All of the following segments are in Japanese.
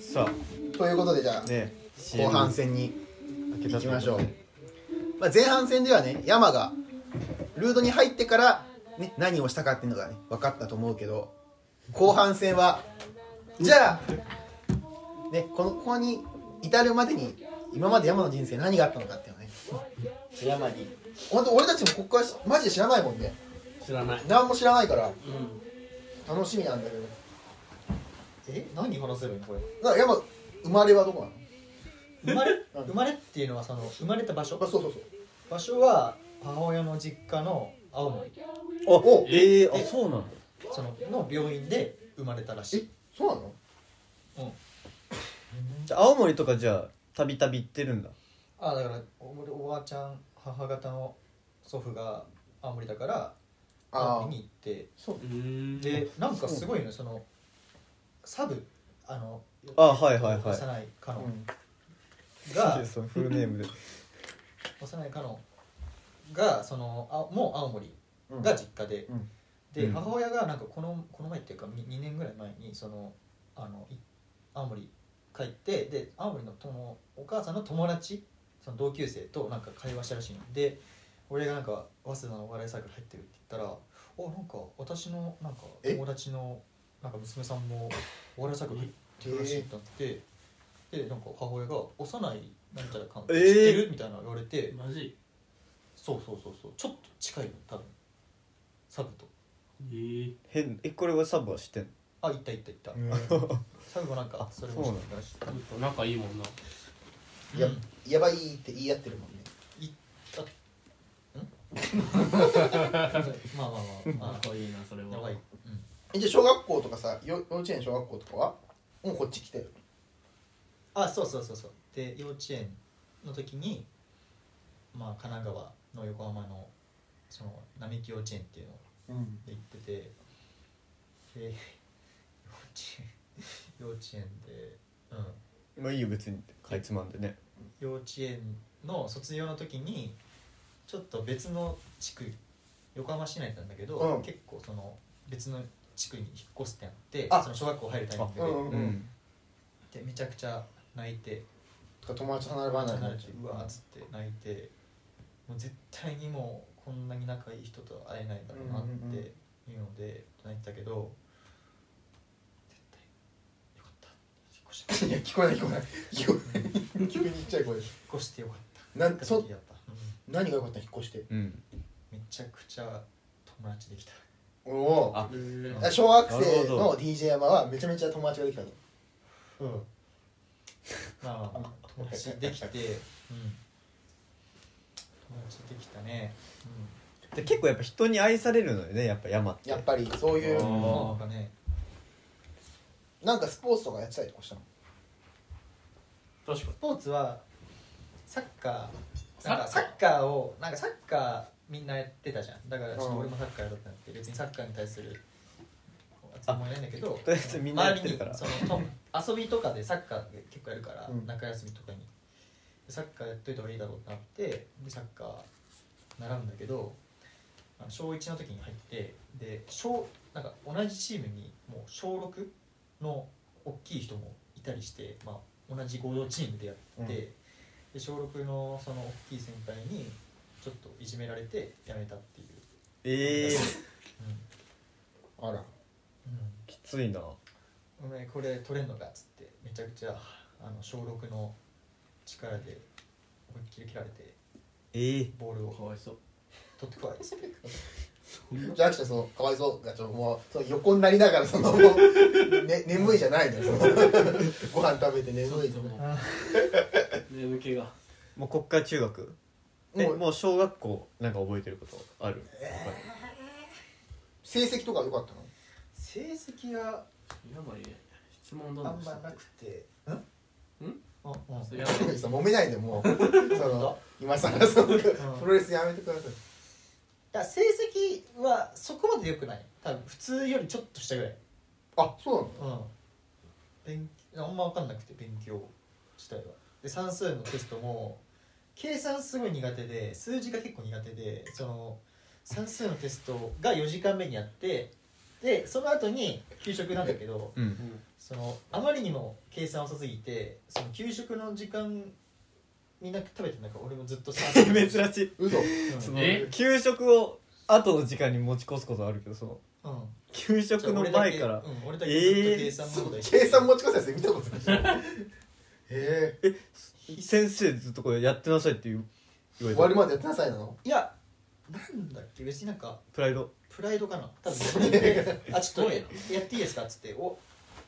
さということでじゃあ、あね後半戦に明け行たきましょう、まあ、前半戦ではね山がルードに入ってから、ね、何をしたかっていうのがね分かったと思うけど後半戦はじゃあ、ね、このここに至るまでに今まで山の人生何があったのかっていうのね山に本当俺たちもここからしマジで知らないもんね知らない何も知らないからうん楽しみなんだけどえ何話せるのこれな山生まれはどこなの生まれうん生まれっていうのはその生まれた場所あそうそうそう場所は母親の実家の青森あおえー、あそうなのそのの病院で生まれたらしえいそうなのじゃあ青森とかじゃあたびたび行ってるんだあだから俺おばあちゃん母方の祖父が青森だからあ青森に行ってそううんでなんかすごいねそのサブあのあはいはいはい幼いカノンなんがでそのフルネームで幼いカノンがそのあもう青森うんが実家で、うんで、うん母親がなんかこのこの前っていうか 2, 2年ぐらい前にそのあのい青森帰ってで青森のともお母さんの友達その同級生となんか会話したらしいので俺がなんか早稲田のお笑いサークル入ってるって言ったら「おなんか私のなんかえ友達のなんか娘さんもお笑いサークル入ってるらしい」ってなって、でなんか母親が「幼いなんちゃらかん知っえーてる?」みたいなの言われて。マジそうそうそうそうちょっと近いの多分サブとえー変えこれはサブは知ってんのあいったいったいった、うん サブもなんかあそれも知ってたしなんか仲いいもんなややばいって言い合ってるもんねまあまあまあま仲いいなそれあやばい、うはん、えじゃあ小学校とかさよ幼稚園小学校とかはもうこっち来てるあそうそうそうそうで幼稚園の時にまあ神奈川の横浜のその並木幼稚園っていうのうんで行っててで 幼稚園幼 稚園でうんまあいいよ別にかいつまんでね幼稚園の卒業の時にちょっと別の地区横浜市内なんだけど、うん結構その別の地区に引っ越すってなってあその小学校入るタイミングで,、あうんううんでめちゃくちゃ泣いてとか友達と離れうわ離れになっちゃうーっつって泣いてもう絶対にもうこんなに仲いい人と会えないだろうなうんうんうんっていうので泣いてたけど絶対よかった引っ越して いや聞こえない聞こえない聞こ えない急にちっちゃい声で引っ越してよかったなんそやっぱ、うん何が良かったの引っ越してうんめちゃくちゃ友達できたおおああ小学なる生ほのど DJ 山はめちゃめちゃ友達ができたのうんまあまあまあ友達できて、うん、友達できたねで結構やっぱ人に愛されるのよねやっぱ山ってやっぱりそういうんうなあーんかねなんかスポーツとかやってたりとかしたの確かにスポーツはサッカーなんかササッカーッカーをなんかサッカーみんなやってたじゃんだからちょっうとん俺もサッカーやろうってなって別にサッカーに対する熱い思いないんだけどとりあえずみんなやってるから周りにそのと遊びとかでサッカー結構やるから、うん中休みとかにサッカーやっといた方がいいだろうってなってでサッカー習うんだけどあの小1の時に入ってで小なんか同じチームにもう小6の大きい人もいたりして、まあ、同じ合同チームでやってて、うんで小6のその大きい先輩にちょっといじめられて辞めたっていう、ええあらきついなうんお前これ取れんのかっつってめちゃくちゃあの小6の力で思いっきり蹴られてええボールかをわいそう取ってこいっつってじゃあ秋田そのかわいそうがちょっともうその横になりながらその、 ね、眠いじゃないのよその ご飯食べて眠いちょっともうあ眠気がもう国家中学えもうもう小学校なんか覚えてることある成績とか良かったの 成績がやばいね質問あんどんまどんしてなくてんんあうんそうやばいその揉めないでもうその今さらそのプロレスやめてくださいだから成績はそこまで良くない多分普通よりちょっとしたぐらいあそうなのうん勉あんま分かんなくて勉強自体はで算数のテストも計算すごい苦手で数字が結構苦手でその算数のテストが4時間目にやってでその後に給食なんだけどうんそのあまりにも計算遅すぎてその給食の時間みんな食べてなんか俺もずっとさ珍しい嘘う そんのえ給食を後の時間に持ち越すことあるけどそのうん給食の前からうん俺だけずっと計算そ問う題計算持ち越せやつ見たことないえ先生ずっとこれやってなさいって言うえ言終わわれたるまでやってなさいなのいやなんだっけ別になんかプライドプライドかな多分であちょっとすやっていいですかっつってお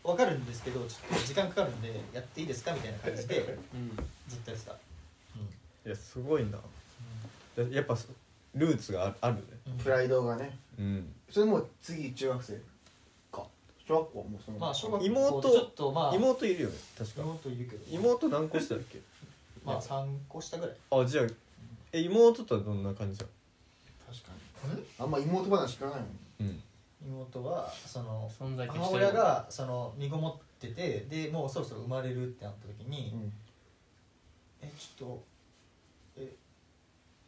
わかるんですけどちょっと時間かかるんでやっていいですかみたいな感じでうんずっとやってた、いやすごいなだやっぱルーツがあるあるねうんプライドがねうんそれもう次中学生か小学校はもうそのまあ小学校妹ちょっとまあ妹いるよね確か妹いるけど妹何個下だっけまあ3個下ぐらいあじゃあえ妹とはどんな感じだ確かにあんま妹話聞かないもんうん妹はその存在母親がその身ごもっててでもうそろそろ生まれるってなった時に、えちょっとえ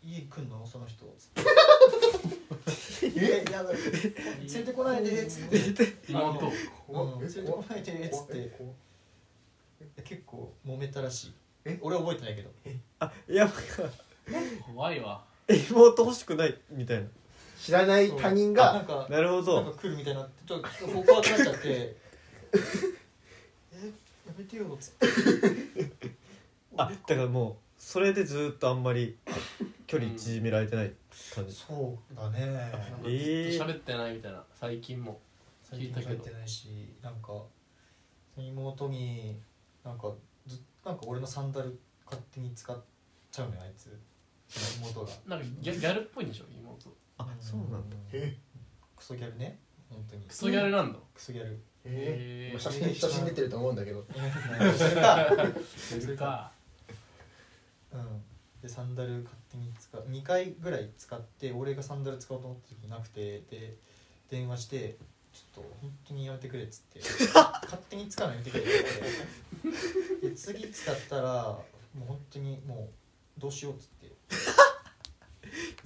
家来んのその人つってえやだ連れてこないでっつって妹うんえ連れてこないでっつっえて怖結構揉めたらしいえ俺覚えてないけどあやばい怖いわ妹欲しくないみたい知らない他人あなんがかななるほなんかど来るみたいになってちょっとちょっと告白になっちゃって えやめてよっつってあだからもうそれでずっとあんまり距離縮められてない感じ、そうだねなんかずっえとー喋ってないみたいな最近も最近帰ってないしなんか妹になんかずっなんか俺のサンダル勝手に使っちゃうのよあいつ妹がなんかギャギャルっぽいんでしょ妹あそうなんだえクソギャルね本当にクソギャルなんだクソギャル えへまあえ写真写真出てると思うんだけどそれか、それかうん、でサンダル勝手に使う2回ぐらい使って俺がサンダル使おうと思った時なくてで電話してちょっと本当にやめてくれっつ って勝手に使うのやめてくれっつってで次使ったらもう本当にもうどうしようっ つっ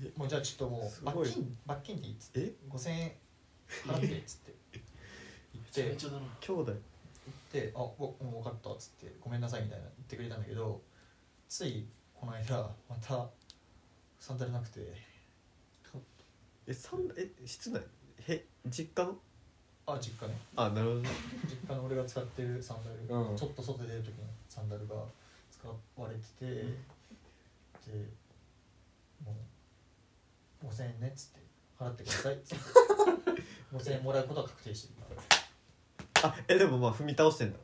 てもうじゃあちょっともすうごい罰金罰金でいいっつってえ5000円払ってっつ ってめち言ゃっめてちゃだな兄弟で「あわうん分かった」っつって「ごめんなさい」みたいな言ってくれたんだけどついこの間またサンダルなくてえ三え室内へ実家のあ実家ねあなるほどね実家の俺が使ってるサンダル、うんちょっと外出る時のサンダルが使われてて、でもう5000円ねっつって払ってくださ いっつって5000円もらうことは確定してるあえでもまあ踏み倒してんだ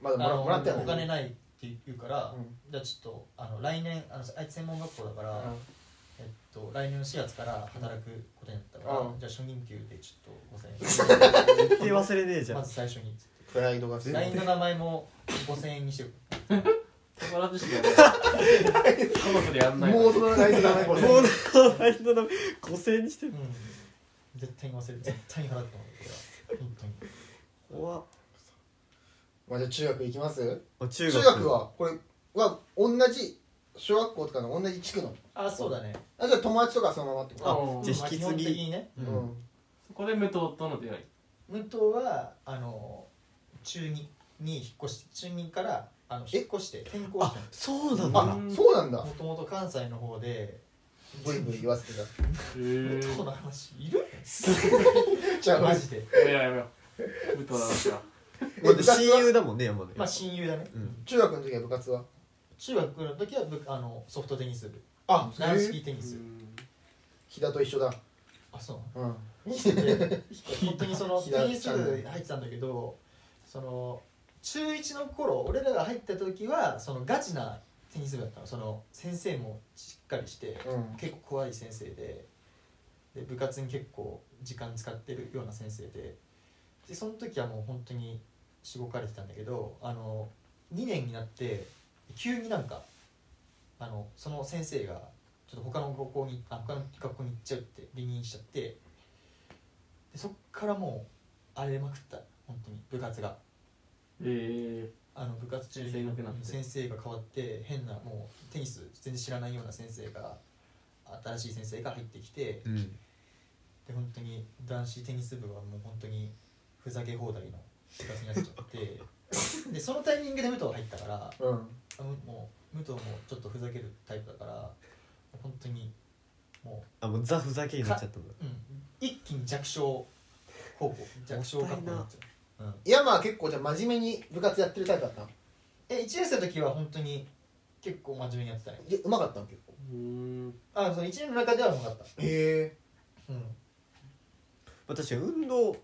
まだもあらのもらってはおな金いないって言うから、うんじゃあちょっとあの来年あのあいつ専門学校だから、えっと、来年の4月から働くことになったから、うんじゃあ初任給でちょっと5000絶対忘れねえじ円ゃまんず最初にプライドが LINE の名前も5000円にしよう宝寿司がやる家族でやんない妹のラインの名前こもうれの 間の名前5000にしてうるん絶対に忘れる絶対に払ってもらうから本当に怖っまあじゃあ中学行きますあ中中学学はこれは同じ小学校とかの同じ地区のあそうだねあじゃあ友達とかそのままってこあとうんじゃあ引き継ぎま基本的にねううんんそこで武藤との出会い武藤はあの中2に引っ越して中2からあの引っ越して転校しあたそうなんだあそうなんだもともと関西の方でブイブイ言わせてた武へ藤の話いるじゃあママジジでえやばいやばいやばい武藤の話がまあで部活は親友だもんね山根まあ親友だね、うん中学の時は部活は中学の時はぶあのソフトテニス部あ軟式テニス、飛田と一緒だあそう うん本当にそのひだテニス部入ってたんだけどその中1の頃俺らが入った時はそのガチなテニス部だったのその先生もしっかりしてうん結構怖い先生でで部活に結構時間使ってるような先生ででその時はもう本当にしごかれてたんだけどあの2年になって急になんかあのその先生がちょっと他の高校にあ他の学校に行っちゃうって離任しちゃってでそっからもう荒れまくった本当に部活がえあの部活中先生いなくなって先生が変わって変なもうテニス全然知らないような先生が新しい先生が入ってきて、うんで本当に男子テニス部はもう本当にふざけ放題の部活になっちゃってでそのタイミングで武藤入ったからうんあむもう武藤もちょっとふざけるタイプだから本当にもあもうザふざけになっちゃったんだう、うん、一気に弱小高校弱小学校になっちゃう、うん、山は結構じゃあ真面目に部活やってるタイプだったのえ1年生の時は本当に結構真面目にやってたねでうまかったの結構うんあその1年の中ではうまかったへうんまあ、確かに運動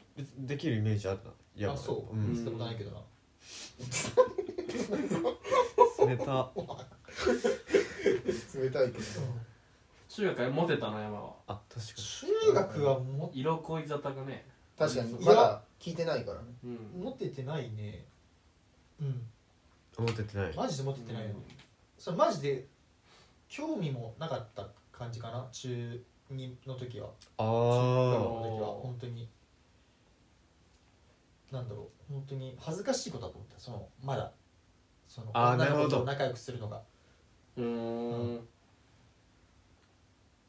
できるイメージあるな山あそう、ん見せたことないけどなネタえ冷たいけど中学はモテたの山はあ確か中学はも色恋沙汰がね確かにいまやだ聞いてないからねうん持っててないねうんに思っててないマジで持っててないの、それマジで興味もなかった感じかな中2の時はあ中学ーの時は本当になんだろう本当に恥ずかしいことだと思ったそのまだそのあー女なのる子ほどと仲良くするのがうんうん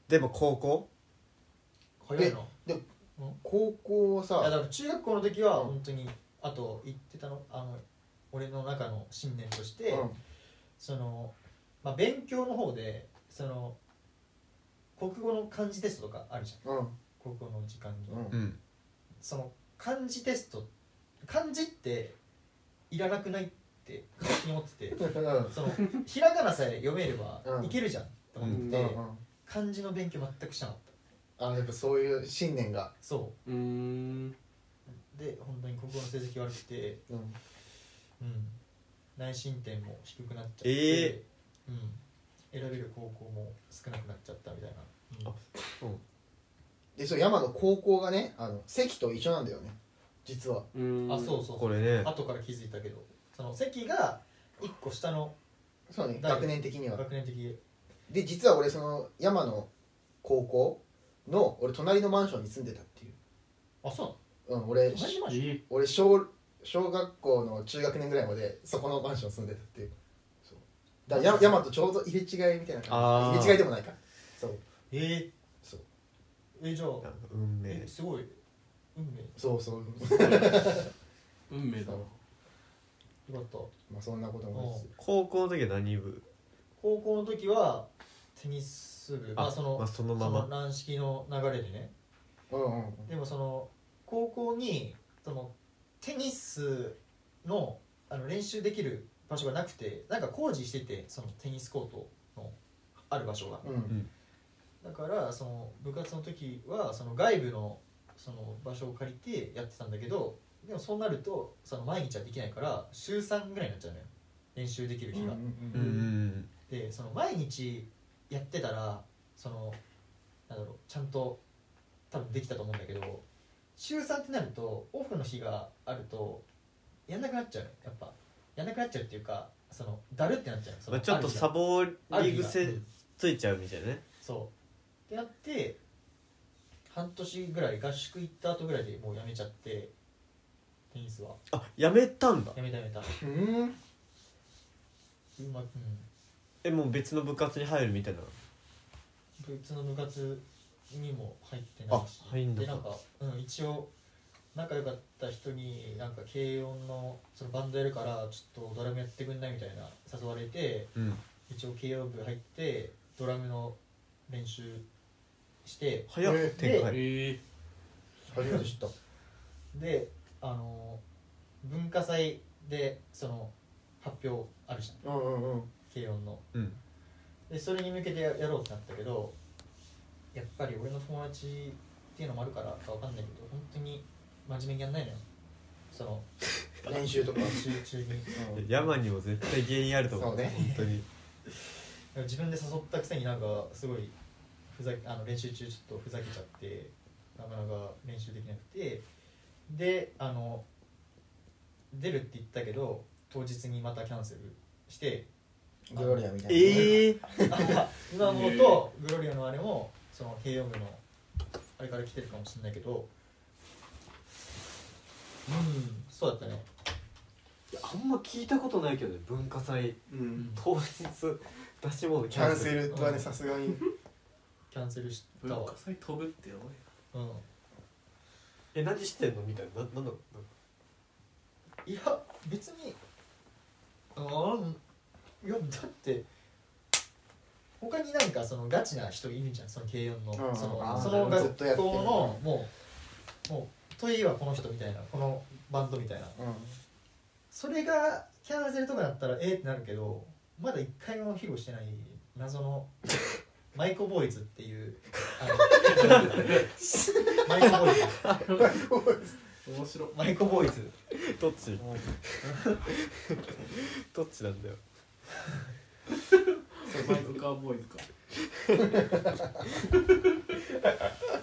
でも高校早いの高校はいやださから中学校の時は本当にあと言ってたのあの俺の中の信念として、うんその、まあ、勉強の方でその国語の漢字テストとかあるじゃんうん国語の時間に、うんうんその漢字テスト漢字っていらなくないって勝手に思ってうてん そのひらがなさえ読めればうんいけるじゃんと思って、うん漢字の勉強全くしなかったあやっぱそういう信念がそうんうで本当に国語の成績悪くてうんうん、内申点も低くなっちゃって、えうん、選べる高校も少なくなっちゃったみたいな、うあんでそう山の高校がねあの関と一緒なんだよね実はうんあそうそうこれね後から気づいたけどその席が1個下のそうねだよ学年的には学年的で実は俺その山の高校の俺隣のマンションに住んでたっていうあそうん俺うなの同じマンションえ俺小小学校の中学年ぐらいまでそこのマンション住んでたっていうそうだからや山とちょうど入れ違いみたいなあ感ーじ入れ違いでもないかそうえー、そうえじゃなあんか運え命すごい運命そうそう 運命だそうよかったまあそんなこともです高校の時は何部高校の時はテニス部まあその,、まあ、そのままその軟式の流れでねうんうんうんでもその高校にそのテニスのあの練習できる場所がなくてなんか工事しててそのテニスコートのある場所がうんだからその部活の時はその外部のその場所を借りてやってたんだけどでもそうなるとその毎日はできないから週3ぐらいになっちゃうのよ練習できる日が、うんうんうんでその毎日やってたらそのなんだろうちゃんと多分できたと思うんだけど週3ってなるとオフの日があるとやんなくなっちゃうねやっぱやんなくなっちゃうっていうかそのだるってなっちゃうそまのあ、ちょっとサボりある日がある日癖がついちゃうみたいなねそうってやって半年ぐらい合宿行った後ぐらいでもうやめちゃってテニスはあやめたんだやめたやめたううんまうんえもう別の部活に入るみたいな別の部活にも入ってないしあ入んだでなんか、うん、一応仲良かった人になんか軽音のそのバンドやるからちょっとドラムやってくんないみたいな誘われてうん一応軽音部入ってドラムの練習して早っえー展開え初めて知ったであの文化祭でその発表あるじゃんうんうんうん軽音のうんでそれに向けてやろうってなったけどやっぱり俺の友達っていうのもあるからかわかんないけど本当に真面目にやんないのよその 練習とか集中にうん山にも絶対原因あると思うそうね本当に自分で誘ったくせになんかすごいふざけあの練習中ちょっとふざけちゃってなかなか練習できなくてであの出るって言ったけど当日にまたキャンセルしてグロリアみたいなええあ今もとグロリアのあれもその慶応部のあれから来てるかもしれないけどうんそうだったねあんま聞いたことないけどね文化祭うん当日出し物キャンセルルとはねさすがにキャンセルした文わ化祭飛ぶってやばいうんえ何してんのみたいなななんだろういや別にああいやだって他になんかそのガチな人いるじゃんその軽音の、うんそあのーそのずっ学とやって校るのもうもうといえばこの人みたいなこのバンドみたいなそれがキャンセルとかだったらえー、ってなるけどまだ一回も披露してない謎のマイコボーイズっていうあ のマイコボーイズ面白いマイコボーイズどっち どっちなんだよそうマイクカーボーイズか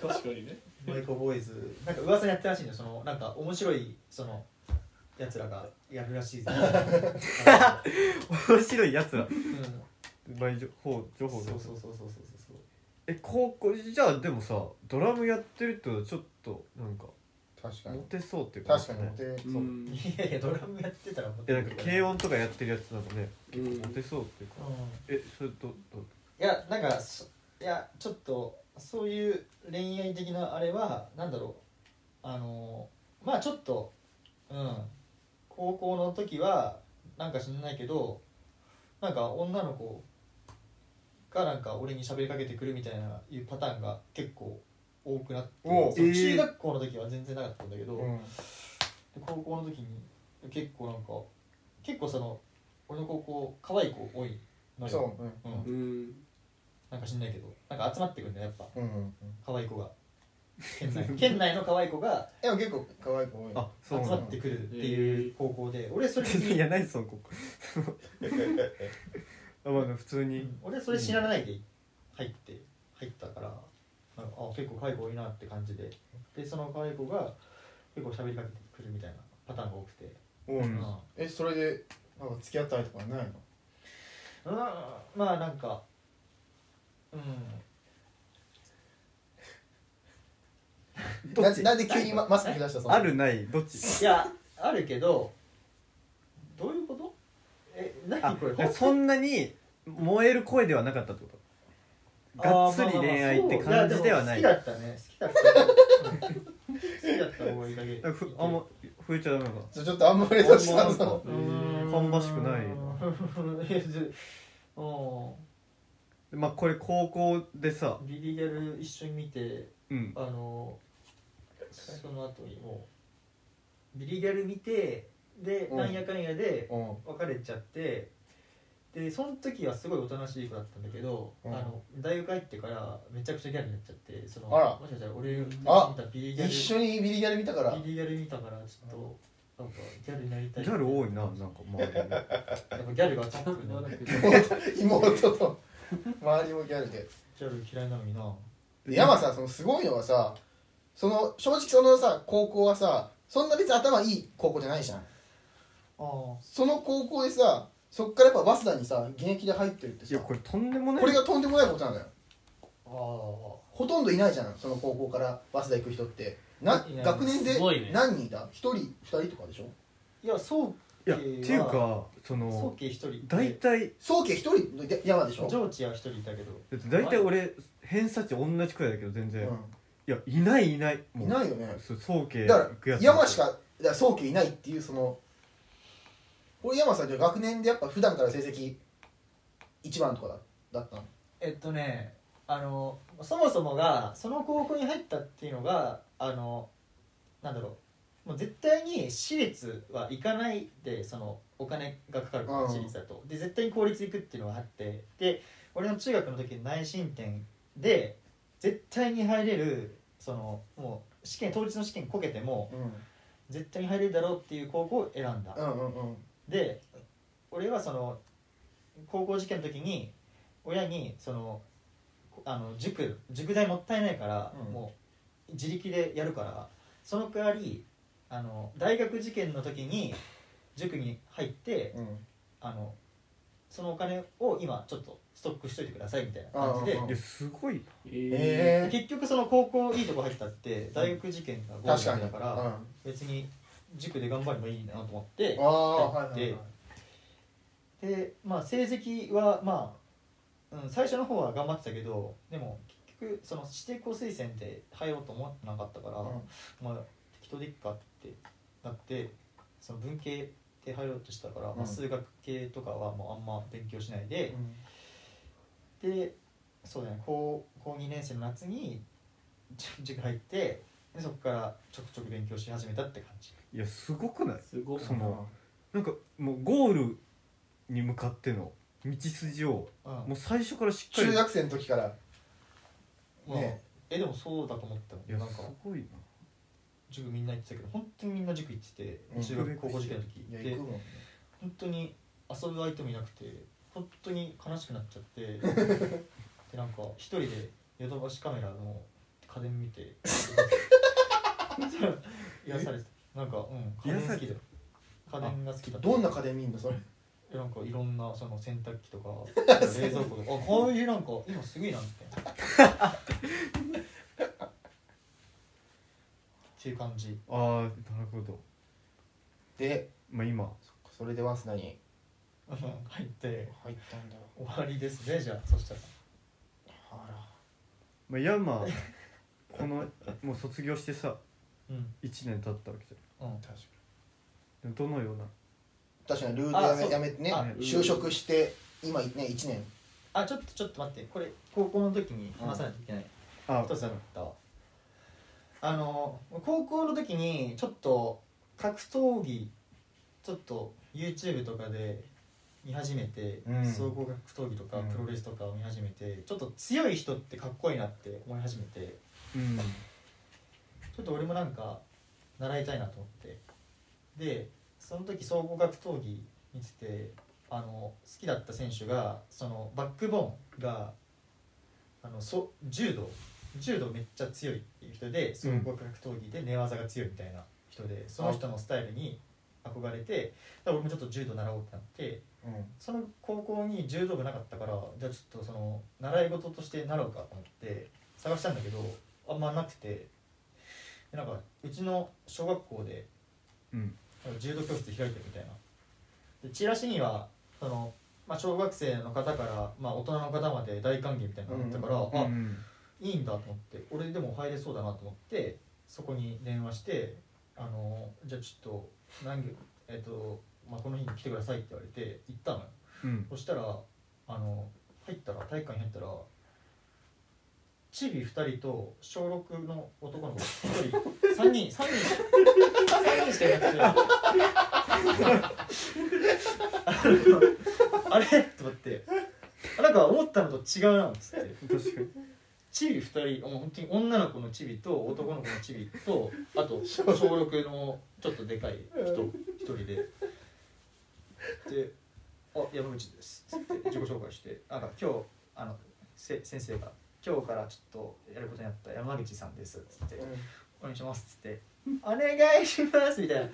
確かにねマイコボーイズなんか噂にやってるらしいんだよそのなんか面白いそのやつらがやるらしいぞあ面白いやつらのうん前情報情そう報そうのそうそうそうそうえ高校じゃあでもさドラムやってるってことはちょっとなんか確かモにテそうっていう確かにねモテうそうんいやいやドラムやってたらもうえなんか軽音とかやってるやつなんかねうんモテそうっていうかうんえそれどどいやなんかそいやちょっとそういう恋愛的なあれはなんだろうあのーまあちょっとうん高校の時はなんか知んないけどなんか女の子がなんか俺に喋りかけてくるみたいないうパターンが結構多くなっておうそうえー中学校の時は全然なかったんだけど、うん高校の時に結構なんか結構その俺の高校可愛い子多いのよそううんうんうんなんか知んないけどなんか集まってくるんだよやっぱうんうん可愛い子が県内県内の可愛い子がでも結構可愛い子多いあ集そうなまんっだてくるっていう高校で俺それ別 いにやないその ここあまあ普通に俺それ知らないで入って入ったからなんかあ結構可愛い子多いなって感じででその可愛い子が結構喋りかけてくるみたいなパターンが多くてううんんえそれでなんか付き合ったりとかないのうんまあなんかうんどっちななんで急にママスク出したのあるないどっちいやあるけどどういうことえ何あこれそんなに燃える声ではなかったってことがっつり恋愛って感じではないああーまあまあまあそういやでも好きだったね好きだったうん好きだった思いだけふあんま増えちゃダメかちょちょっとあんまり出したあんまなんのか芳しくないいやずうまあこれ高校でさんビリギャル一緒に見てうんあのその後にもうビリギャル見てでうんなんやかんやでうん別れちゃってでその時はすごいおとなしい子だったんだけど、うんあの大学入ってからめちゃくちゃギャルになっちゃってそのあらもしかしたら俺が見あたビリギャル一緒にビリギャル見たからビリギャル見たからちょっとなんかギャルになりたギいャル多いななんか周りにやっぱギャルがちょっとね妹と周りもギャルでギャル嫌いなのになで山さそのすごいのはさその正直そのさ高校はさそんな別に頭いい高校じゃないじゃんああその高校でさそっからやっぱ早稲田にさ現役で入ってるっていやさこれとんでもないこれがとんでもないことなんだよああほとんどいないじゃんその高校から早稲田行く人ってないない学年ですごいね何人いた1人2人とかでしょいやそういやっていうかそ宗の慶一人大体宗家1人ので山でしょ、上智は一人いたけどだって大体俺偏差値同じくらいだけど全然ういやいないいないもん、ういないよねそう総計だから山しかかだから宗家いないっていうその俺山さんじゃあ学年でやっぱ普段から成績一番とかだだったのえっとねあのそもそもがその高校に入ったっていうのがあのなんだろうもう絶対に私立は行かないでそのお金がかかるからうん私立だとで絶対に公立行くっていうのがあってで俺の中学の時の内申点で絶対に入れるそのもう試験当日の試験こけてもうん絶対に入れるだろうっていう高校を選んだうんうんうんで俺はその高校受験の時に親にそのこあの塾塾代もったいないから、うんもう自力でやるからその代わりあの大学受験の時に塾に入ってうんあのそのお金を今ちょっとストックしといてくださいみたいな感じあああいやすごいええでえ結局その高校いいとこ入ったって大学受験が合確格かにだからうん、あ別に塾で頑張ればいいなと思ってあはいはい、はいで、でまあ成績はまあ、うん、最初の方は頑張ってたけどでも結局その指定校推薦って入ろうと思ってなかったから、まあ適当でいっかってなってその文系で入ろうとしたから、まうんあ、数学系とかはもうあんま勉強しないで、でそうだね高高2年生の夏に塾塾入ってでそこからちょくちょく勉強し始めたって感じいやすごくないすごいそのなんかもうゴールに向かっての道筋をうんもう最初からしっかり中学生の時からまあねえでもそうだと思ったもいやんなんすかごいな塾みんな行ってたけど本当にみんな塾行っててうん中学高校受験の時いやで行くもんね本当に遊ぶ相手もいなくて本当に悲しくなっちゃって でなんか一人でヨドバシカメラの家電 見て癒されてなんかうん家電好きだよ家電が好きだったどんな家電見んのそれえなんかいろんなその洗濯 機とか冷蔵庫とかあこういうなんか今すごいなみたいな っていう感じあーなるほどでまあ今それでワンス何うん入って入ったんだろ終わりですねじゃあそしたらあまあ山このもう卒業してさうん1年経ったわけじうんら確かゃんでもどのようなに確かにルールあそやめやうめてねあ就職して今ね1年あちょっとちょっと待ってこれ高校の時に話さないといけないあ一つだったわあの高校の時にちょっと格闘技ちょっと YouTube とかで見始めて、うん総合格闘技とかうんプロレスとかを見始めて、ちょっと強い人ってかっこいいなって思い始めてうんちょっと俺もなんか習いたいなと思ってでその時総合格闘技見ててあの好きだった選手がそのバックボーンがあのそ柔道柔道めっちゃ強いっていう人で総合格闘技で寝技が強いみたいな人で、その人のスタイルに憧れてだから俺もちょっと柔道習おうってなってうんその高校に柔道部なかったからじゃあちょっとその習い事として習うかと思って探したんだけどあんまなくてでなんかうちの小学校でうんなんか柔道教室開いてるみたいなでチラシにはその、まあ、小学生の方から、まあ、大人の方まで大歓迎みたいなのがあったから、うあ、んいいんだと思って俺でも入れそうだなと思ってそこに電話して「あのじゃあちょっと何月えっ、と、まあ、この日に来てください」って言われて行ったのようんそしたらあの入ったら体育館に入ったらチビ2人と小6の男の子1人3人3人しか3人しかいな くてあのあれと思ってあなんか思ったのと違うなっつって確かにチビ2人もう本当に女の子のチビと男の子のチビとあと小6のちょっとでかい人一人でで「あ山口です」っつって自己紹介して「あの今日あのせ先生が今日からちょっとやることになった山口さんです」っつって「お願いします」っつって「お願いします」みたいな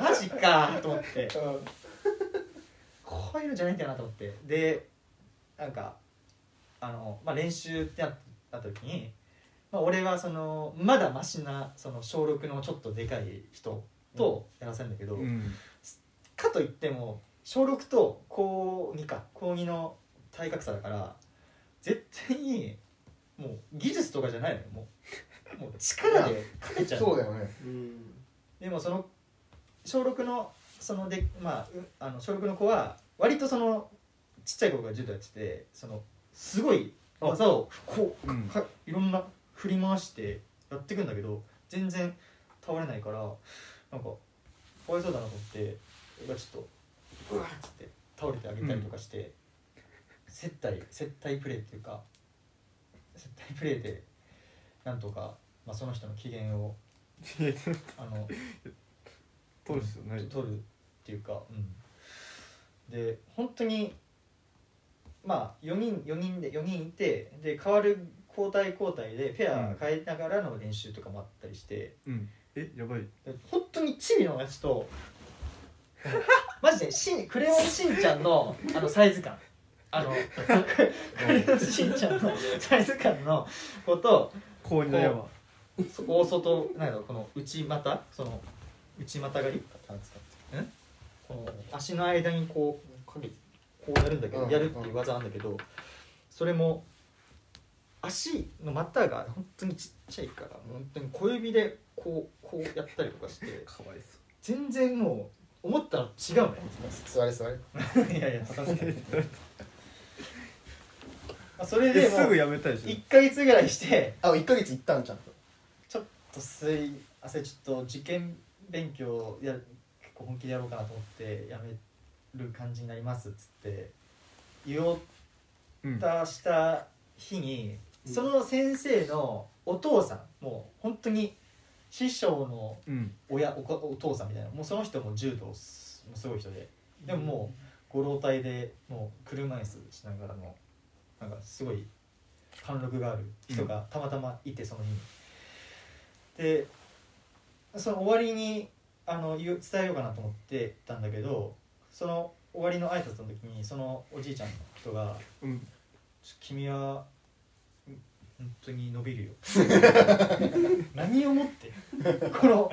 マジかと思ってこういうのじゃないんだよなと思ってでなんかあの、まあ、練習ってなった時に、まあ、俺はそのまだマシなその小6のちょっとでかい人とやらせるんだけど、うんかといっても小6と高2か高2の体格差だから絶対にもう技術とかじゃないのよもうもう力で勝てちゃうそうだよねうんでもその小6のそのでまあうあの小6の子は割とそのちっちゃい子が柔道やっててそのすごい技をこううん かかいろんな振り回してやってくんだけど全然倒れないからなんかかわいそうだなと思って俺がちょっとうわーっつって倒れてあげたりとかして、接待接待プレーっていうか接待プレーでなんとか、まあ、その人の機嫌をいや取あのる必要ない取るっていうか、うん、で本当にまあ4人4人で4人いてで変わる交代交代でペア変えながらの練習とかもあったりして、うんえやばいで本当にチビのやつと マジでしんクレヨンしんちゃんのあのサイズ感あのクレヨンしんちゃんのサイズ感の子と高2の山そ大外なんだろうこの内股その内股狩りなんですかんこの足の間にこうこうやるんだけど、うんやるっていう技なんだけど、それも足の股が本当にちっちゃいから本当に小指でこうこうやったりとかしてかわいそ全然もう思ったら違うのよ座れ座れ いやいや確 かにあそれえでもすぐうやめたでし1か月ぐらいしてあ1ヶ月行ったんちゃんとちょっとすい汗ちょっと受験勉強や結構本気でやろうかなと思ってやめる感じになりますっつって言おうょ、うん、たした日に、うんその先生のお父さんもう本当に師匠のうん親お子お父さんみたいなもうその人も柔道すもうすごい人ででももうご老体でもう車椅子しながらのなんかすごい貫禄がある人がたまたまいてその日に。でその終わりにあの言う伝えようかなと思ってたんだけどその終わりの挨拶の時にそのおじいちゃんの人がうんちょ君はうん本当に伸びるよ何をもってこの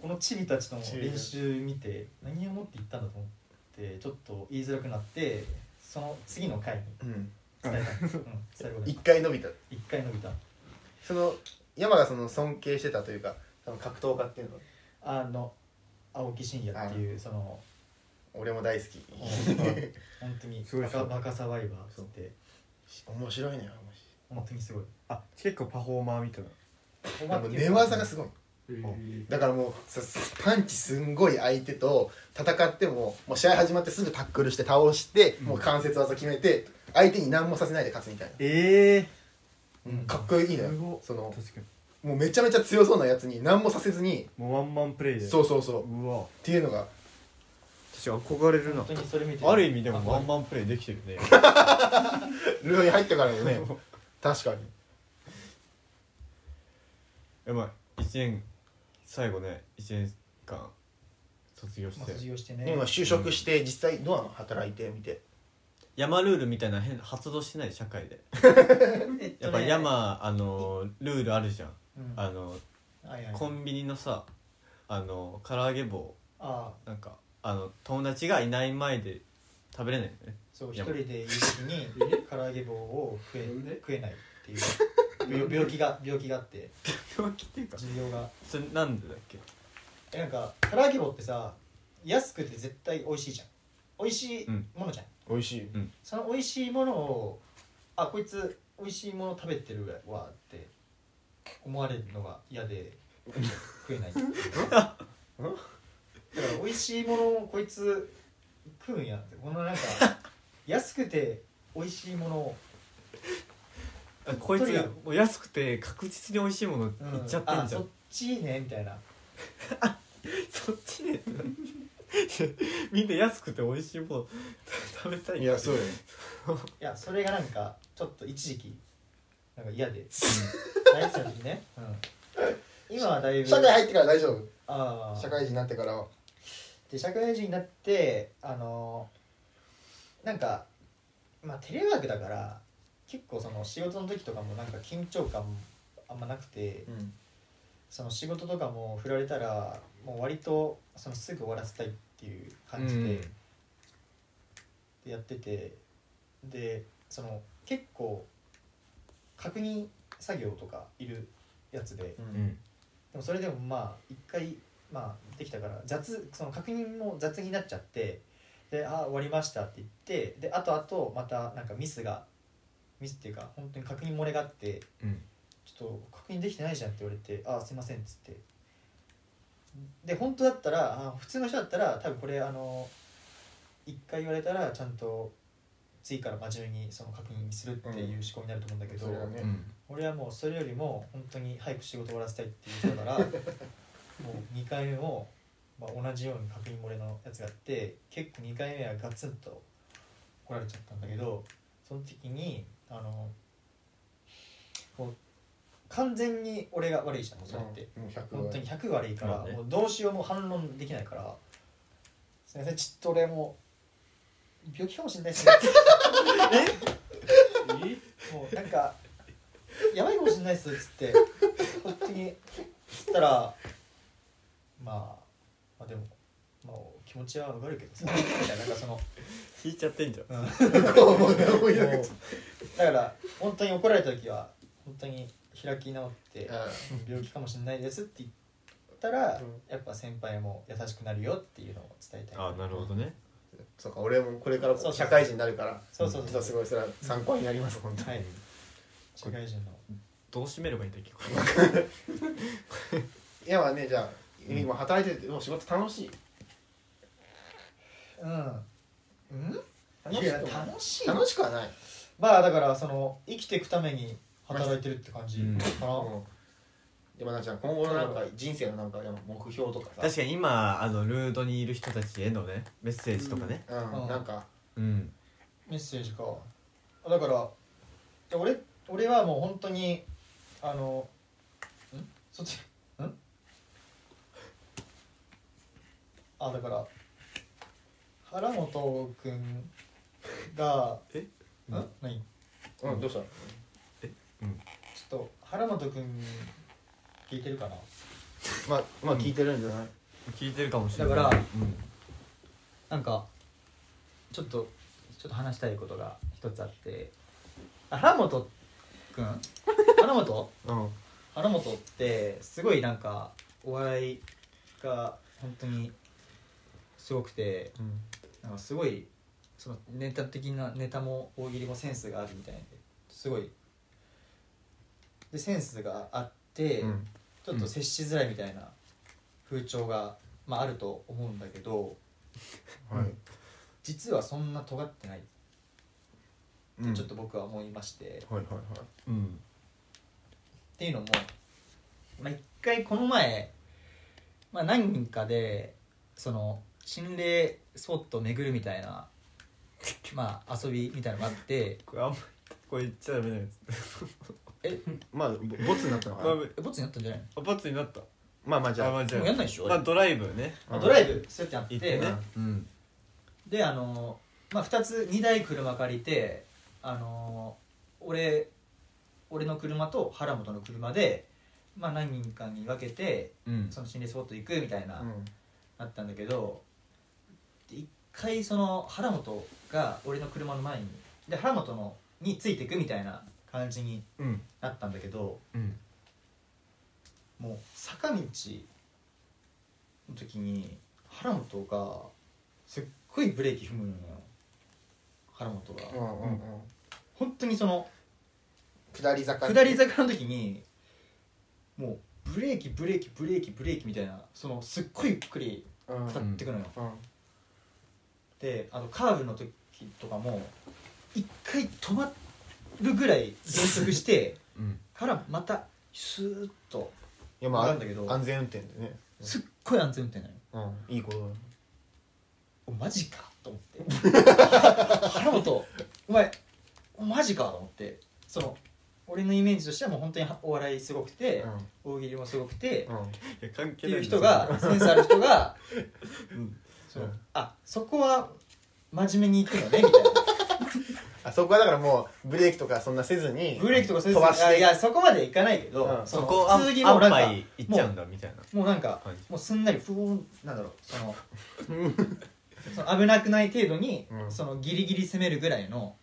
このチビたちの練習見て何をもって言ったんだと思ってちょっと言いづらくなってその次の回にうん伝えたんです、うん、伝えることに1回伸びた一回伸びたその山がその尊敬してたというか多分格闘家っていうのあの青木真也っていうその俺も大好き本当にすごいバ人カバカサバイバーっつって 面白いね本当にすごいあ結構パフォーマーみたいなでお前もって寝技がすごいうんだからもうさパンチすんごい相手と戦ってももう試合始まってすぐタックルして倒して、もう関節技決めて相手に何もさせないで勝つみたいえな、うんかっこいいのよすごっそえの確かにもうめちゃめちゃ強そうなやつに何もさせずに、もうワンマンプレイでそううそうそうっうわていうのが私憧れるな本当にそれ見てある意味でもワあンマンプレイできてるねルールに入ってから よね確かにやばい1年最後ね1年間卒業ましあ卒て業してでね今就職して実際どうなの働いてみて山ルールみたいな変発動してない社会でえっとやねっぱ山あのルールあるじゃんうんあのはいはいコンビニのさあの唐揚げ棒ああなんかあの友達がいない前で食べれないよねそうい一や人でいる時に唐揚げ棒を食えなんで食えないっていう病病気が病気があって病気っていうか持病がそれなんでだっけえなんか唐揚げ棒ってさ安くて絶対美味しいじゃん美味しいうんものじゃん、美味しいその美味しいものをあこいつ美味しいもの食べてるわって思われるのが嫌で食えないって いうだから美味しいものをこいつ食うんやってこのなんか安くて美味しいものをこいつとにかもう安くて確実に美味しいものいっうんちゃってんじゃん、あそっちいいねみたいなそっちねみんな安くて美味しいもの食べたいいやそうよねいやそれがなんかちょっと一時期なんか嫌で大学生の時ね、うん、今はだいぶ社会入ってから大丈あ夫ー社会人になってからはで社会人になってあのーなんかまあテレワークだから結構その仕事の時とかもなんか緊張感あんまなくてうんその仕事とかも振られたらもう割とそのすぐ終わらせたいっていう感じで,、うんでやっててでその結構確認作業とかいるやつでううんんでもそれでもまあ一回まあできたから雑その確認も雑になっちゃってで「あ終わりました」って言ってであとあとまたなんかミスがミスっていうか本当に確認漏れがあってうん「ちょっと確認できてないじゃん」って言われて「あすいません」っつってで本当だったらあ普通の人だったら多分これあの一回言われたらちゃんと次から真面目にその確認するっていう思考になると思うんだけど、それはねうん俺はもうそれよりも本当に早く仕事終わらせたいっていう人だからもう2回目も、まあ、同じように確認漏れのやつがあって結構2回目はガツンと来られちゃったんだけどその時にあのもう完全に俺が悪いじゃんもうそれって、もう100本当に100が悪いから、まあねもうどうしようも反論できないから「すみませんちょっと俺もう病気かもしれないですね」もうなんかやばいかもしれないっすっつって本当につったらまあ、まあ、でもまあ気持ちはわかるけどさいやなんかその引いちゃってんじゃんこう思うな思いながらもうだから本当に怒られた時は本当に開き直って病気かもしれないですって言ったら、うんやっぱ先輩も優しくなるよっていうのを伝えたいあなるほどねそうか俺もこれからそうそう社会人になるからそうそうちょそっとうすごいそれは参考になります本当にはい社会人のどう締めればいいんだっけこれいやまあねじゃあ今働いててもう仕事楽しいうん楽いしいや楽しい楽しくはないまあだからその生きていくために働いてるって感じうんかな、うんでもなんかじゃあ今後のなんか人生のなんか目標とかさ確かに今あのルードにいる人たちへのねメッセージとかねうんなんかうんメッセージかあだからいや俺俺はもう本当にあのんそっちんあだから原本君がえんうん何ちうんどうしたょっと原本君聞いてるかなまあまあ聞いてるんじゃない聞いてるかもしれないだからうんなんかちょっとちょっと話したいことが一つあってあ原本君原本うん原本ってすごいなんかお笑いが本当にすごくてなんかすごいそのネタ的なネタも大喜利もセンスがあるみたいですごいでセンスがあって、うんちょっと接しづらいみたいな風潮が、まあ、あると思うんだけどはい実はそんな尖ってないってうんちょっと僕は思いまして、っはいはいはいうんていうのもまあ、一回この前、まあ、何人かでその心霊そっと巡るみたいな、まあ、遊びみたいなのがあってこれあんまりこれ言っちゃダメなやつまあぼボツになったのかまあなえボツになったんじゃないあバツになったまあまあじゃあまああじのゃもうやんないでしょ、あまあドライブねあドライブブするってなって行ってねうんであのまあ2つ2台車借りてあの俺俺の車と原本の車で、まあ、何人かに分けてうんその心霊スポット行くみたいな、うんなったんだけどで一回その原本が俺の車の前にで原本のについてくみたいな感じにうんなったんだけどうんもう坂道の時に原本がすっごいブレーキ踏むのよ原本が、うんうんうん本当にその下り坂下り坂の時にもうブレーキブレーキブレーキブレーキみたいなそのすっごいゆっくりうん下ってくのよ、うんであのカーブの時とかも一回止まるぐらい減速して うんからまたスーッといやまあなんだけど安全運転でねすっごい安全運転なのようんいいことだおマジかと思っ て原本お前おマジかと思ってその俺のイメージとしてはもう本当にお笑いすごくて、大喜利もすごくて、っうんいや関て係ないいうです人がセンスある人がうんそう、うんあそこは真面目に行くのねみたいなあそこはだからもうブレーキとかそんなせずにブレーキとかそういう飛ばしていやそこまでいかないけど、うんそそのこあ普通にんもうな安んか牌いっちゃうんだみたいなもうなんか感じもうすんなり不穏なんだろうそ のその危なくない程度に、うんそのギリギリ攻めるぐらいの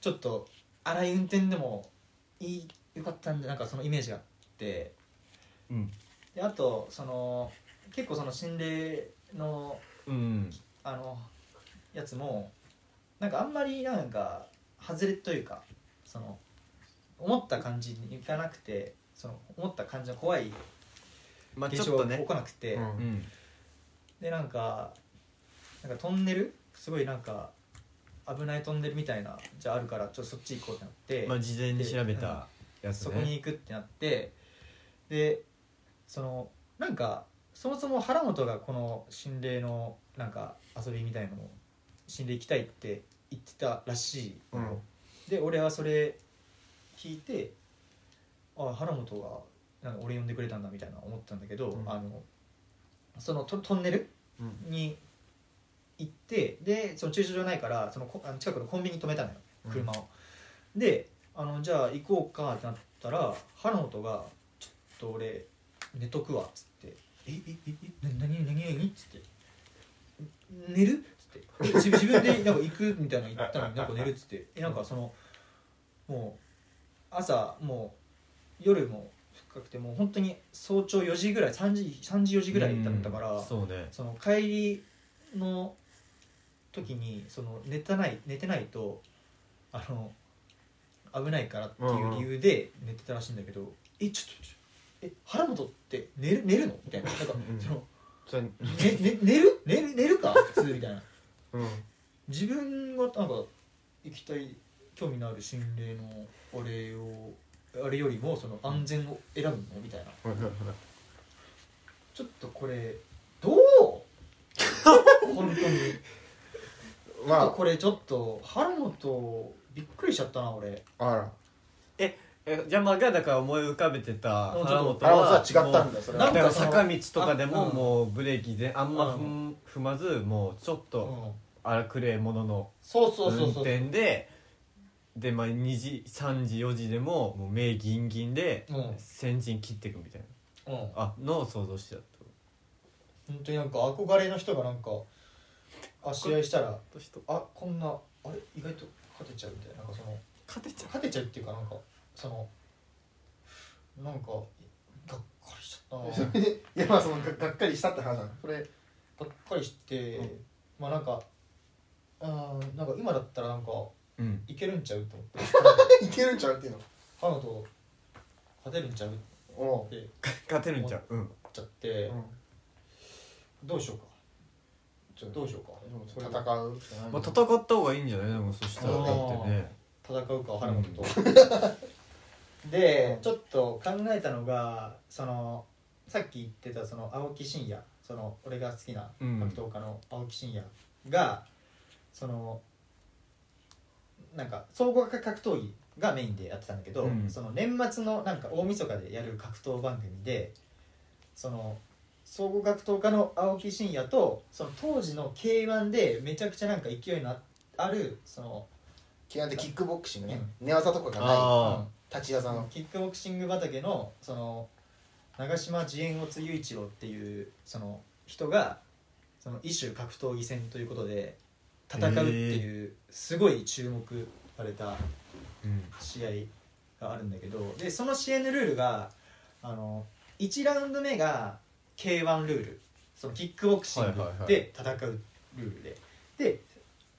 ちょっと荒い運転でもいいよかったんでなんかそのイメージがあってうんであとその結構その心霊のうんあのやつもなんかあんまりなんか外れというかその思った感じにいかなくてその思った感じの怖いまあち現ょっと象が起ねこなくて、うんうんでなんかなんかトンネルすごいなんか危ないトンネルみたいなじゃああるからちょっとそっち行こうってなって、まあ事前に調べたやつそねこに行くってなってでそのなんかそもそも原本がこの心霊のなんか遊びみたいのを心霊行きたいって言ってたらしいのよ、で俺はそれ聞いてあ原本がなんか俺呼んでくれたんだみたいな思ったんだけど、うんあのそのトトンネルうんに行ってでその駐車場ないからそのこあの近くのコンビニに止めたのよ車を、であのじゃあ行こうかってなったら原本が「ちょっと俺寝とくわ」っつって「えええええ何何何何?」っつって寝る?」っつって自自分でなんか行くみたいなの言ったのになんか寝るっつってえなんかそのもう朝もう夜も深くてもう本当に早朝4時ぐらい3時3時4時ぐらいだったから、うんそうねその帰りの時にその寝たない寝てないとあの危ないからっていう理由で寝てたらしいんだけど「えちょっとちょえ腹元って寝る寝るの?」みたいななんかうんそのじゃあ「ねね、寝る寝る寝るか普通」みたいなうん自分がなんか行きたい興味のある心霊のあれをあれよりもその安全を選ぶのみたいなちょっとこれどう 本当に。まあこれちょっと春のとびっくりしちゃったな俺あらえジャマがだから思い浮かべてたもうちょっと原本あらは違ったんもだそれうはだなんかからその坂道とかでもあうんもうブレーキであんま踏ん踏まずもうちょっうとん荒くれ者のそうそうそ運うそう転ででまあ2時3時4時でももう目ギンギンでうんうん先陣切っていくみたいな本あのを想像してたってこ当になんか憧れの人がなんかあ試合したらとちょっとあこんなあれ意外と勝てちゃうみたいななんかその勝てちゃ勝てちゃうっていうかなんかそのなんかがっかりしちゃったな それでいやまあそのががっかりしたって話なのこれがっかりして、うんまあなんかあーなんか今だったらなんかううんいけるんちゃうと思っていけるんちゃうっていうの春のと勝てるんちゃうっておう思っ勝てるんちゃううんちゃって、どうしようかちょどうしようか戦うしかないまあ戦った方がいいんじゃないでもそしたらあだーってね戦うか原本と、でちょっと考えたのがそのさっき言ってたその青木真也その俺が好きなうん格闘家の青木真也が、そのなんか総合格闘技がメインでやってたんだけど、うんその年末のなんか大晦日でやる格闘番組でその総合格闘家の青木真也とその当時の k 1でめちゃくちゃなんか勢いのああるその基本的にキックボクシングね寝技とかがなあい立ち技のキックボクシング畑のその長島慈円乙雄一郎っていうその人がその異種格闘技戦ということで戦うっていうすごい注目されたあうん試合があるんだけどでその試合のルールがあの1ラウンド目が k 1ルールそのキックボクシングはいはいはいで戦うルールで、で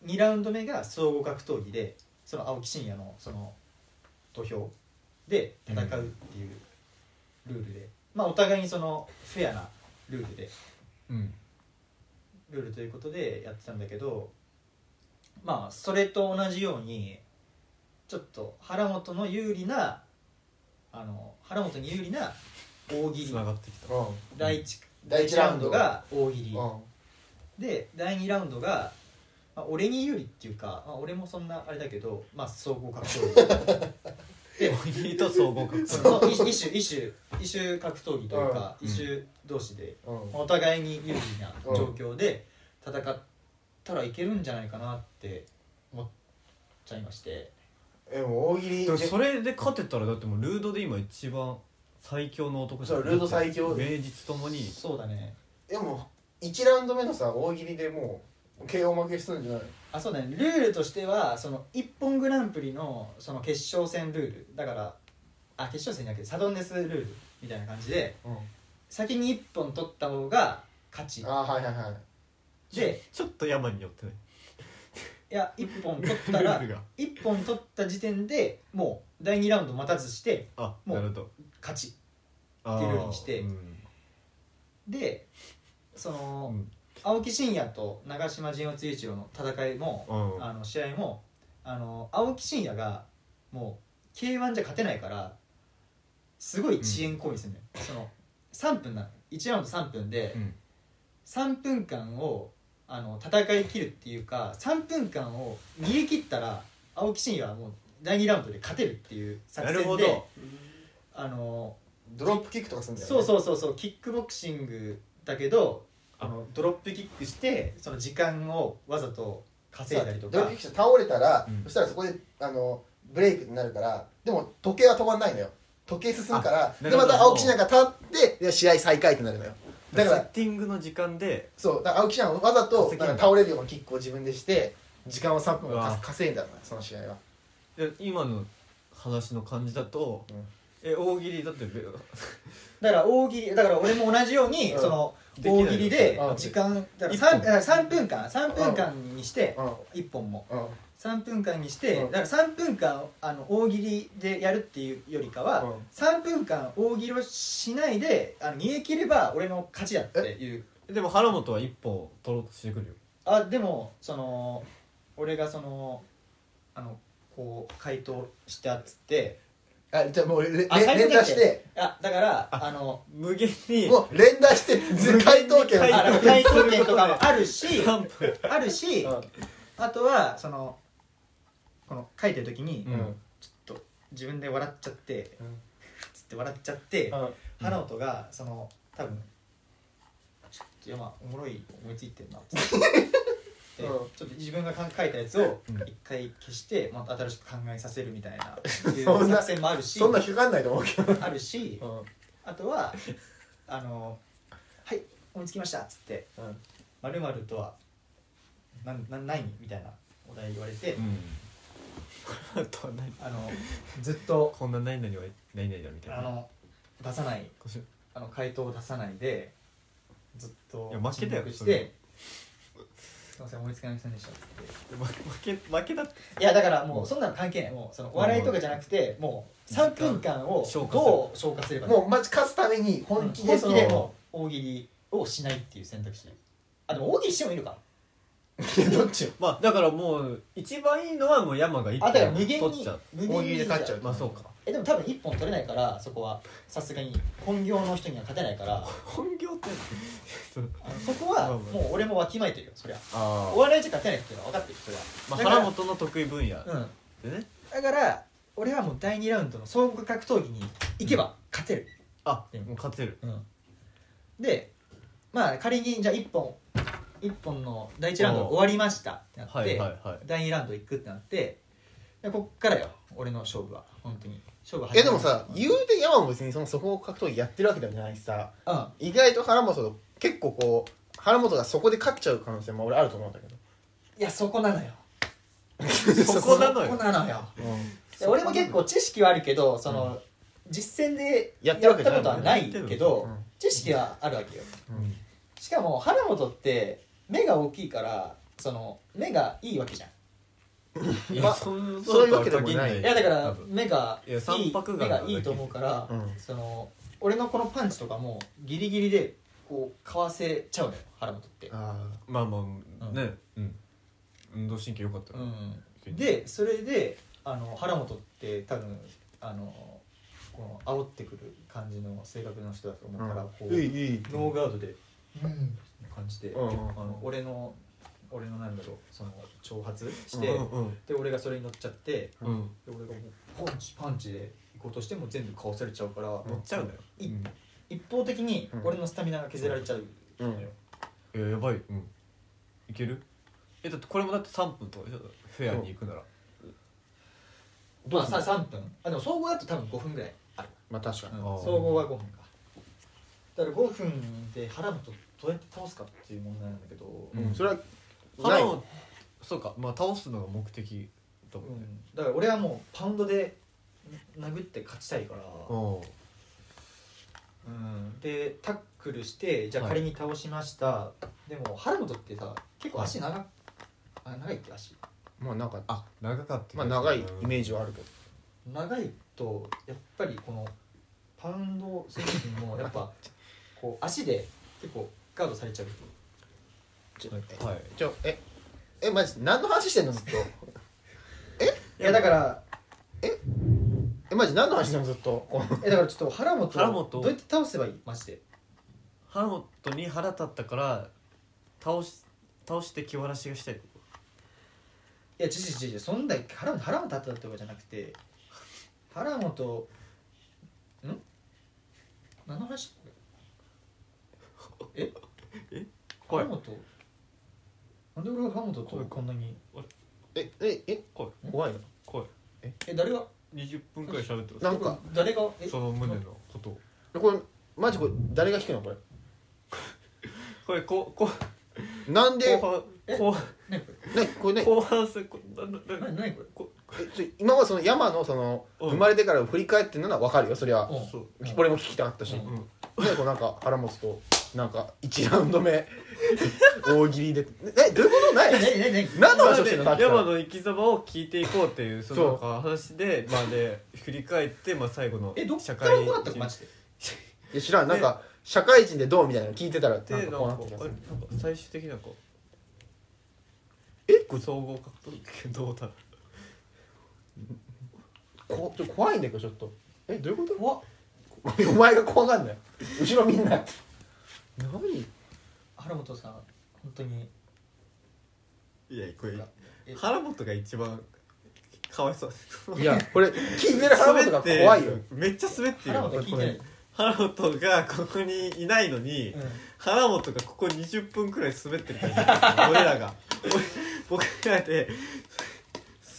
2ラウンド目が総合格闘技でその青木真也のその土俵で戦うっていうルールで、まあお互いにそのフェアなルールでうんルールということでやってたんだけどまあそれと同じようにちょっと原本の有利なあの原本に有利な大喜利繋がってきたうん第一第一ラウンドがが大喜利うんで第2ラウンドが、まあ、俺に有利っていうか、まあ、俺もそんなあれだけど、まあ、総合格闘 技でポニーと総合格そ闘の一種一種一種格闘技というか、うん一種同士でうんお互いに有利な状況で戦ったらいけるんじゃないかなって思っちゃいましてえもう大喜利でもそれで勝てたらだってもうルードで今一番最強の男じゃんそうルード最強名実ともにそうだねでも1ラウンド目のさ大喜利でもう KO 負けしたんじゃないあそうだねルールとしてはその一本グランプリのその決勝戦ルールだからあ決勝戦じゃなくてサドンデスルールみたいな感じでの、先に一本取った方が勝ちあはいはいはいでちょっと山に寄ってねいや一本取っ ルたらールが一本取った時点でもう第2ラウンド待たずしてあもうなるほど勝ちあーっていうルールにしてうんでその、うん青木真也と長嶋仁雄一郎の戦いも、うんあの試合もあの青木真也がもう k 1じゃ勝てないからすごい遅延行為するのよ、その3分なの1ラウンド3分でうん3分間をあの戦い切るっていうか3分間を逃げ切ったら青木真也はもう第2ラウンドで勝てるっていう作なる戦ほでどあのドロップキックとかするんだよ、ね、そううそうそうそうキックボクシングだけどああのドロップキックしてその時間をわざと稼いだりとドロッかプキックして倒れたら、うんそしたらそこであのブレイクになるからでも時計は止まんないのよ時計進むからあなでるほまどた青木真也が立ってで試合再開ってなるのよだからセッティングの時間でそうだから青木ちゃんはわざと稼ぎななんんだか倒れるようなキックを自分でして時間を3分うわか稼いだのよその試合は。いや今の話の感じだと、うんえ大喜利だってべだから大喜利だから俺も同じように、うんそのできない大よ喜利でうん時間だから一 3, 本だから三分間3分間にしてうん1本もうん3分間にしてうんだから3分間あの大喜利でやるっていうよりかうはん3分間大喜利をしないであの逃げ切れば俺の勝ちだっていうでも原本は一本を取ろうとしてくるよあでもその俺がそのあのこう回答したっつってあじゃあもうれれあ借り連て打しきててあだからあの無限にもう連打して回答権を無限あにの回答権とかもあ るし3分あるし、うんあとはそのこの書いてる時に、うん自分で笑っちゃって、うんつって笑っちゃって、うん花音がその多分ちょっといやまあおもろい思いついてんなっつっ てうでんちょっと自分が書いたやつをうん一回消して、また新しく考えさせるみ たいなそんな作戦もあるしそんな引っかかんないと 思うけあるしど、あとはあの「はい思いつきました」っつってうんうん「まるまるとはなんなんないみたいなお題言われて、うんあとは何あのずっとこんな何々は何々だみたいなあの出さないこうしあの回答を出さないでずっといや負けたよ沈黙しそれてすいません思いつきませんでしたっつっでま負け負けだってていやだからもうそんなの関係ないもうそのお笑いとかじゃなくてもう3分間を消化するどう消化すればいいもうま勝つために本気で本そ気の、でもう大喜利をしないっていう選択肢あでも大喜利してもいるかどっちよまあだからもう一番いいのはもう山が一あだから無本限取っにちゃう無限に大喜利で勝っちゃうまあそうかえでも多分1本取れないからそこはさすがに本業の人には勝てないから本業ってあのそこはまあもまあう俺もわきまえてるよそりゃあお笑いじゃ勝てないっていうのは分かってるそれはまあだから原本の得意分野うんでねだから俺はもう第2ラウンドの総合格闘技に行けば勝てる、あうんもう勝てるでまあ仮にじゃあ1本1本の第1ラウンド終わりましたってなって、はいはいはい第2ラウンド行くってなってでこっからよ俺の勝負は本当に勝負始まえるでもさうん言うて山も別にそのそこを格闘技やってるわけではないしさうん意外と原本結構こう原本がそこで勝っちゃう可能性も俺あると思うんだけどいやそこな のよそこなのそよこなのようで俺も結構知識はあるけどその、実践でやってるわけじゃなやっいたことはないけうど、ん知識はあるわけよんしかも原本って目が大きいからその目がいいわけじゃんいやまあそんそういうわけでもないとは限えいやだから多分目がいいや三い白眼目ながだけいいと思うから、うんその俺のこのパンチとかもギリギリでこうかわせちゃうのよ原本って、あまあまあねうん運動神経良かったうよん、でそれであの原本って多分あのこの煽ってくる感じの性格の人だと思うから、こーういいいいノーガードでうん感じで、うんうんあの俺の俺のなんだろうその挑発しうて、んうんで俺がそれに乗っちゃってうんうんで俺がもうパンチパンチで行こうとしても全部かわされちゃうから、乗っちゃうのよい一方的にうん俺のスタミナが削られちゃううのんよ、いややばいうんいけるえだってこれもだって3分とかでしょフェアに行くならまあさ3分あでも総合だと多分5分ぐらいある、まあ確かにあー総合は5分かだから5分で腹本どうやって倒すかっていう問題なんだけど、ううんんそれはない腹をそうかまあ倒すのが目的だもんねだから俺はもうパウンドで殴って勝ちたいから、うんうんでタックルしてじゃあ仮に倒しました、でも原本ってさ結構足長,、あ長いっけ足まあなんかあ長かったまあ長いイージメージはあるけど長いとやっぱりこのパウンド選手もやっぱこう足で結構ガードされちゃうちょえはいちょええマジ何の話してんのずっといやだからえマジ何の話してんのずっとこえだからちょっと原本を原本どうやって倒せばいいマジで腹本に腹立ったから倒し倒して気晴らしがしたいいやちちちちそんだけ原本原本だったってことじゃなくて原本ん何の話ええ原本なんで俺が原本とこんなにえええ怖い怖いの怖いえ誰が20分くらい喋ってなまんか誰がえすその胸のことをこれマジこれ誰が聞くのこれこれここなんで後半後半ねこれね後半戦こななな何何これえちょ今までその山のそのうん生まれてから振り返ってるのは分かるよそりゃうんそううん俺も聞きたかったし、うねんこうなんか腹持つとなんか1ラウンド目大喜利でえどういうことない何何何何の話をしてんのさっきから山の生き様を聞いていこうっていうそそのうなんか話でまあで振り返ってまあ最後のえどっ社か会らこうだったかマジでいや知らんなんか社会人でどうみたいなの聞いてたらなんでなんかかこうあなれなんってきかまする最終的になんかえこ総合格闘技どうだこちょっと怖いんだけどちょっとえどういう怖っことお前が怖がんなよ後ろみんな何原本さん本当にいやこれえ原本が一番かわいそういやこれ聞いてる腹持つが怖いよめっちゃ滑ってる原よ本聞いてない原本がここにいないのに、原本がここ20分くらい滑ってる感じだった俺ら が俺僕らで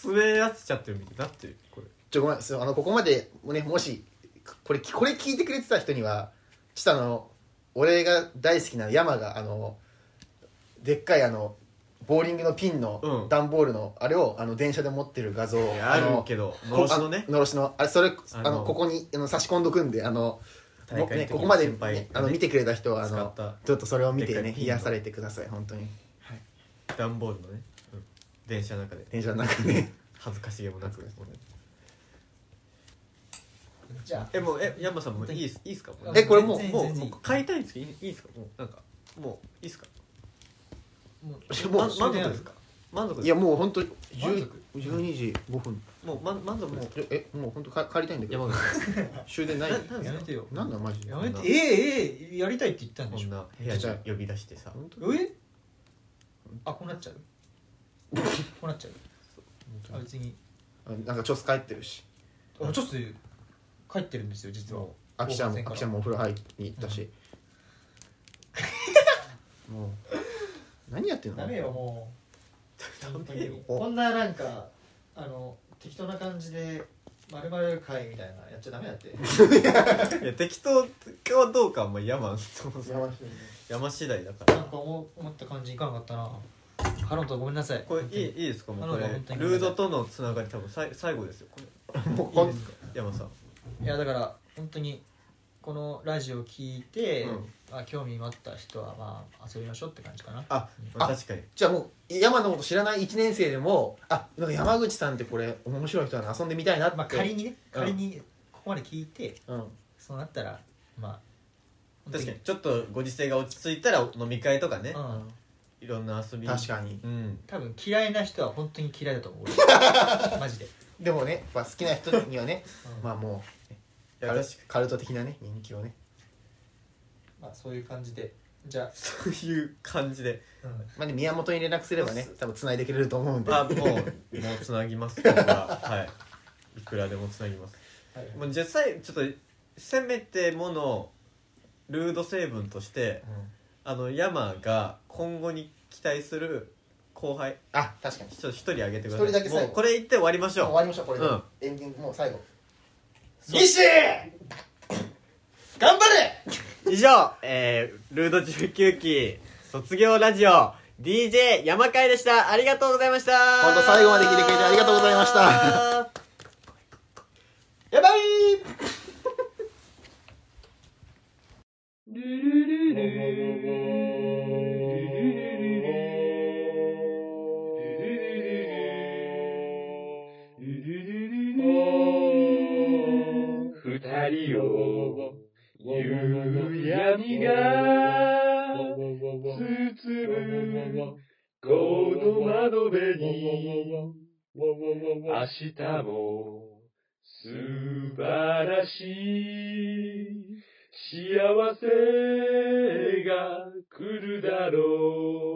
滑らせちゃってるみたいになってるこれちょごめんそうあのここまでねもしこれこれ聞いてくれてた人にはちょっとあの俺が大好きな山があのでっかいあのボーリングのピンうのん段ボールのあれをあの電車で持ってる画像をあるのけどのろしのねあのろしのあれそれああののここにあの差し込んどくんであの大会の時ね、ここまで、先輩がねねあの見てくれた人はあ使のったちょっとそれを見でてっかねいピンの癒されてください本当に段ボールのね、うん電車の中で電車の中で恥ずかしげもなくじゃあえもうえ山さんもいいっすいいっすかもうえこれもう全然もう全然もう買いたいんですけどいいいいっすかもうなんかもういいっすかもうもうま終満電あ足るですか満足ですいやもう本当満足12時5分もうま満足でもうすえもう本当か帰りたいんだけ山ど口さん終電ないななんですやかめてよなんだマジでやめてこんなええええやりたいって言ったんでこしんょな部屋に呼び出してさ本当えあこうなっちゃうこうなっちゃうあ別にあなんかちょっと帰ってるしあちょっと帰ってるんですよ実はあきちゃんも後半戦かあらきちゃんもお風呂入りに行ったし、もう何やってんのダメよもうダ本当メよにこんななんかあの適当な感じでまるまる会みたいなやっちゃダメだっていや適当かどうかはもう山そもそも山下山次第だかならんか思思った感じいかなかったなハロンとごめんなさいこれいいいいですかもうこれあの本当にルードとのつながり多分さい最後ですよこれもういこいでんすか山さんいやだから本当にこのラジオ聞いて、うんあ興味持った人はまあ遊びましょうって感じかなあまあ確かにじゃあもう山のこと知らない1年生でもあなんか山口さんってこれ面白い人なの遊んでみたいなって、まあ仮にねうん仮にここまで聞いてうんそうなったらまあ確かにちょっとご時世が落ち着いたら飲み会とかね本当にういんろんな遊び確かにうん多分嫌いな人は本当に嫌いだと思う 俺マジで、でもね、まあ、好きな人にはね まあまもいうやカル確かカルト的なね人気をねあ、まあそういう感じでじゃあに、そういう感じでまあね宮本に連絡すればね多分繋いでくれると思うん であもうもうつなぎます僕ははいいくらでもつなぎますはいもう実際ちょっとせめてものルード成分としてあの山が今後に期待する後輩あ確かにちょっと一人あげてください一人だけ最後もうこれ言って終わりまし終わょりましょうこれで、うんエンディングもう最後そう西頑張れう以上、えー、ルード19期卒業ラジオ DJ 山会でしたありがとうございました本当最後まで聞いてくれてありがとうございましたやばい二人を夕闇が包むこの窓辺に明日も素晴らしい幸せが来るだろう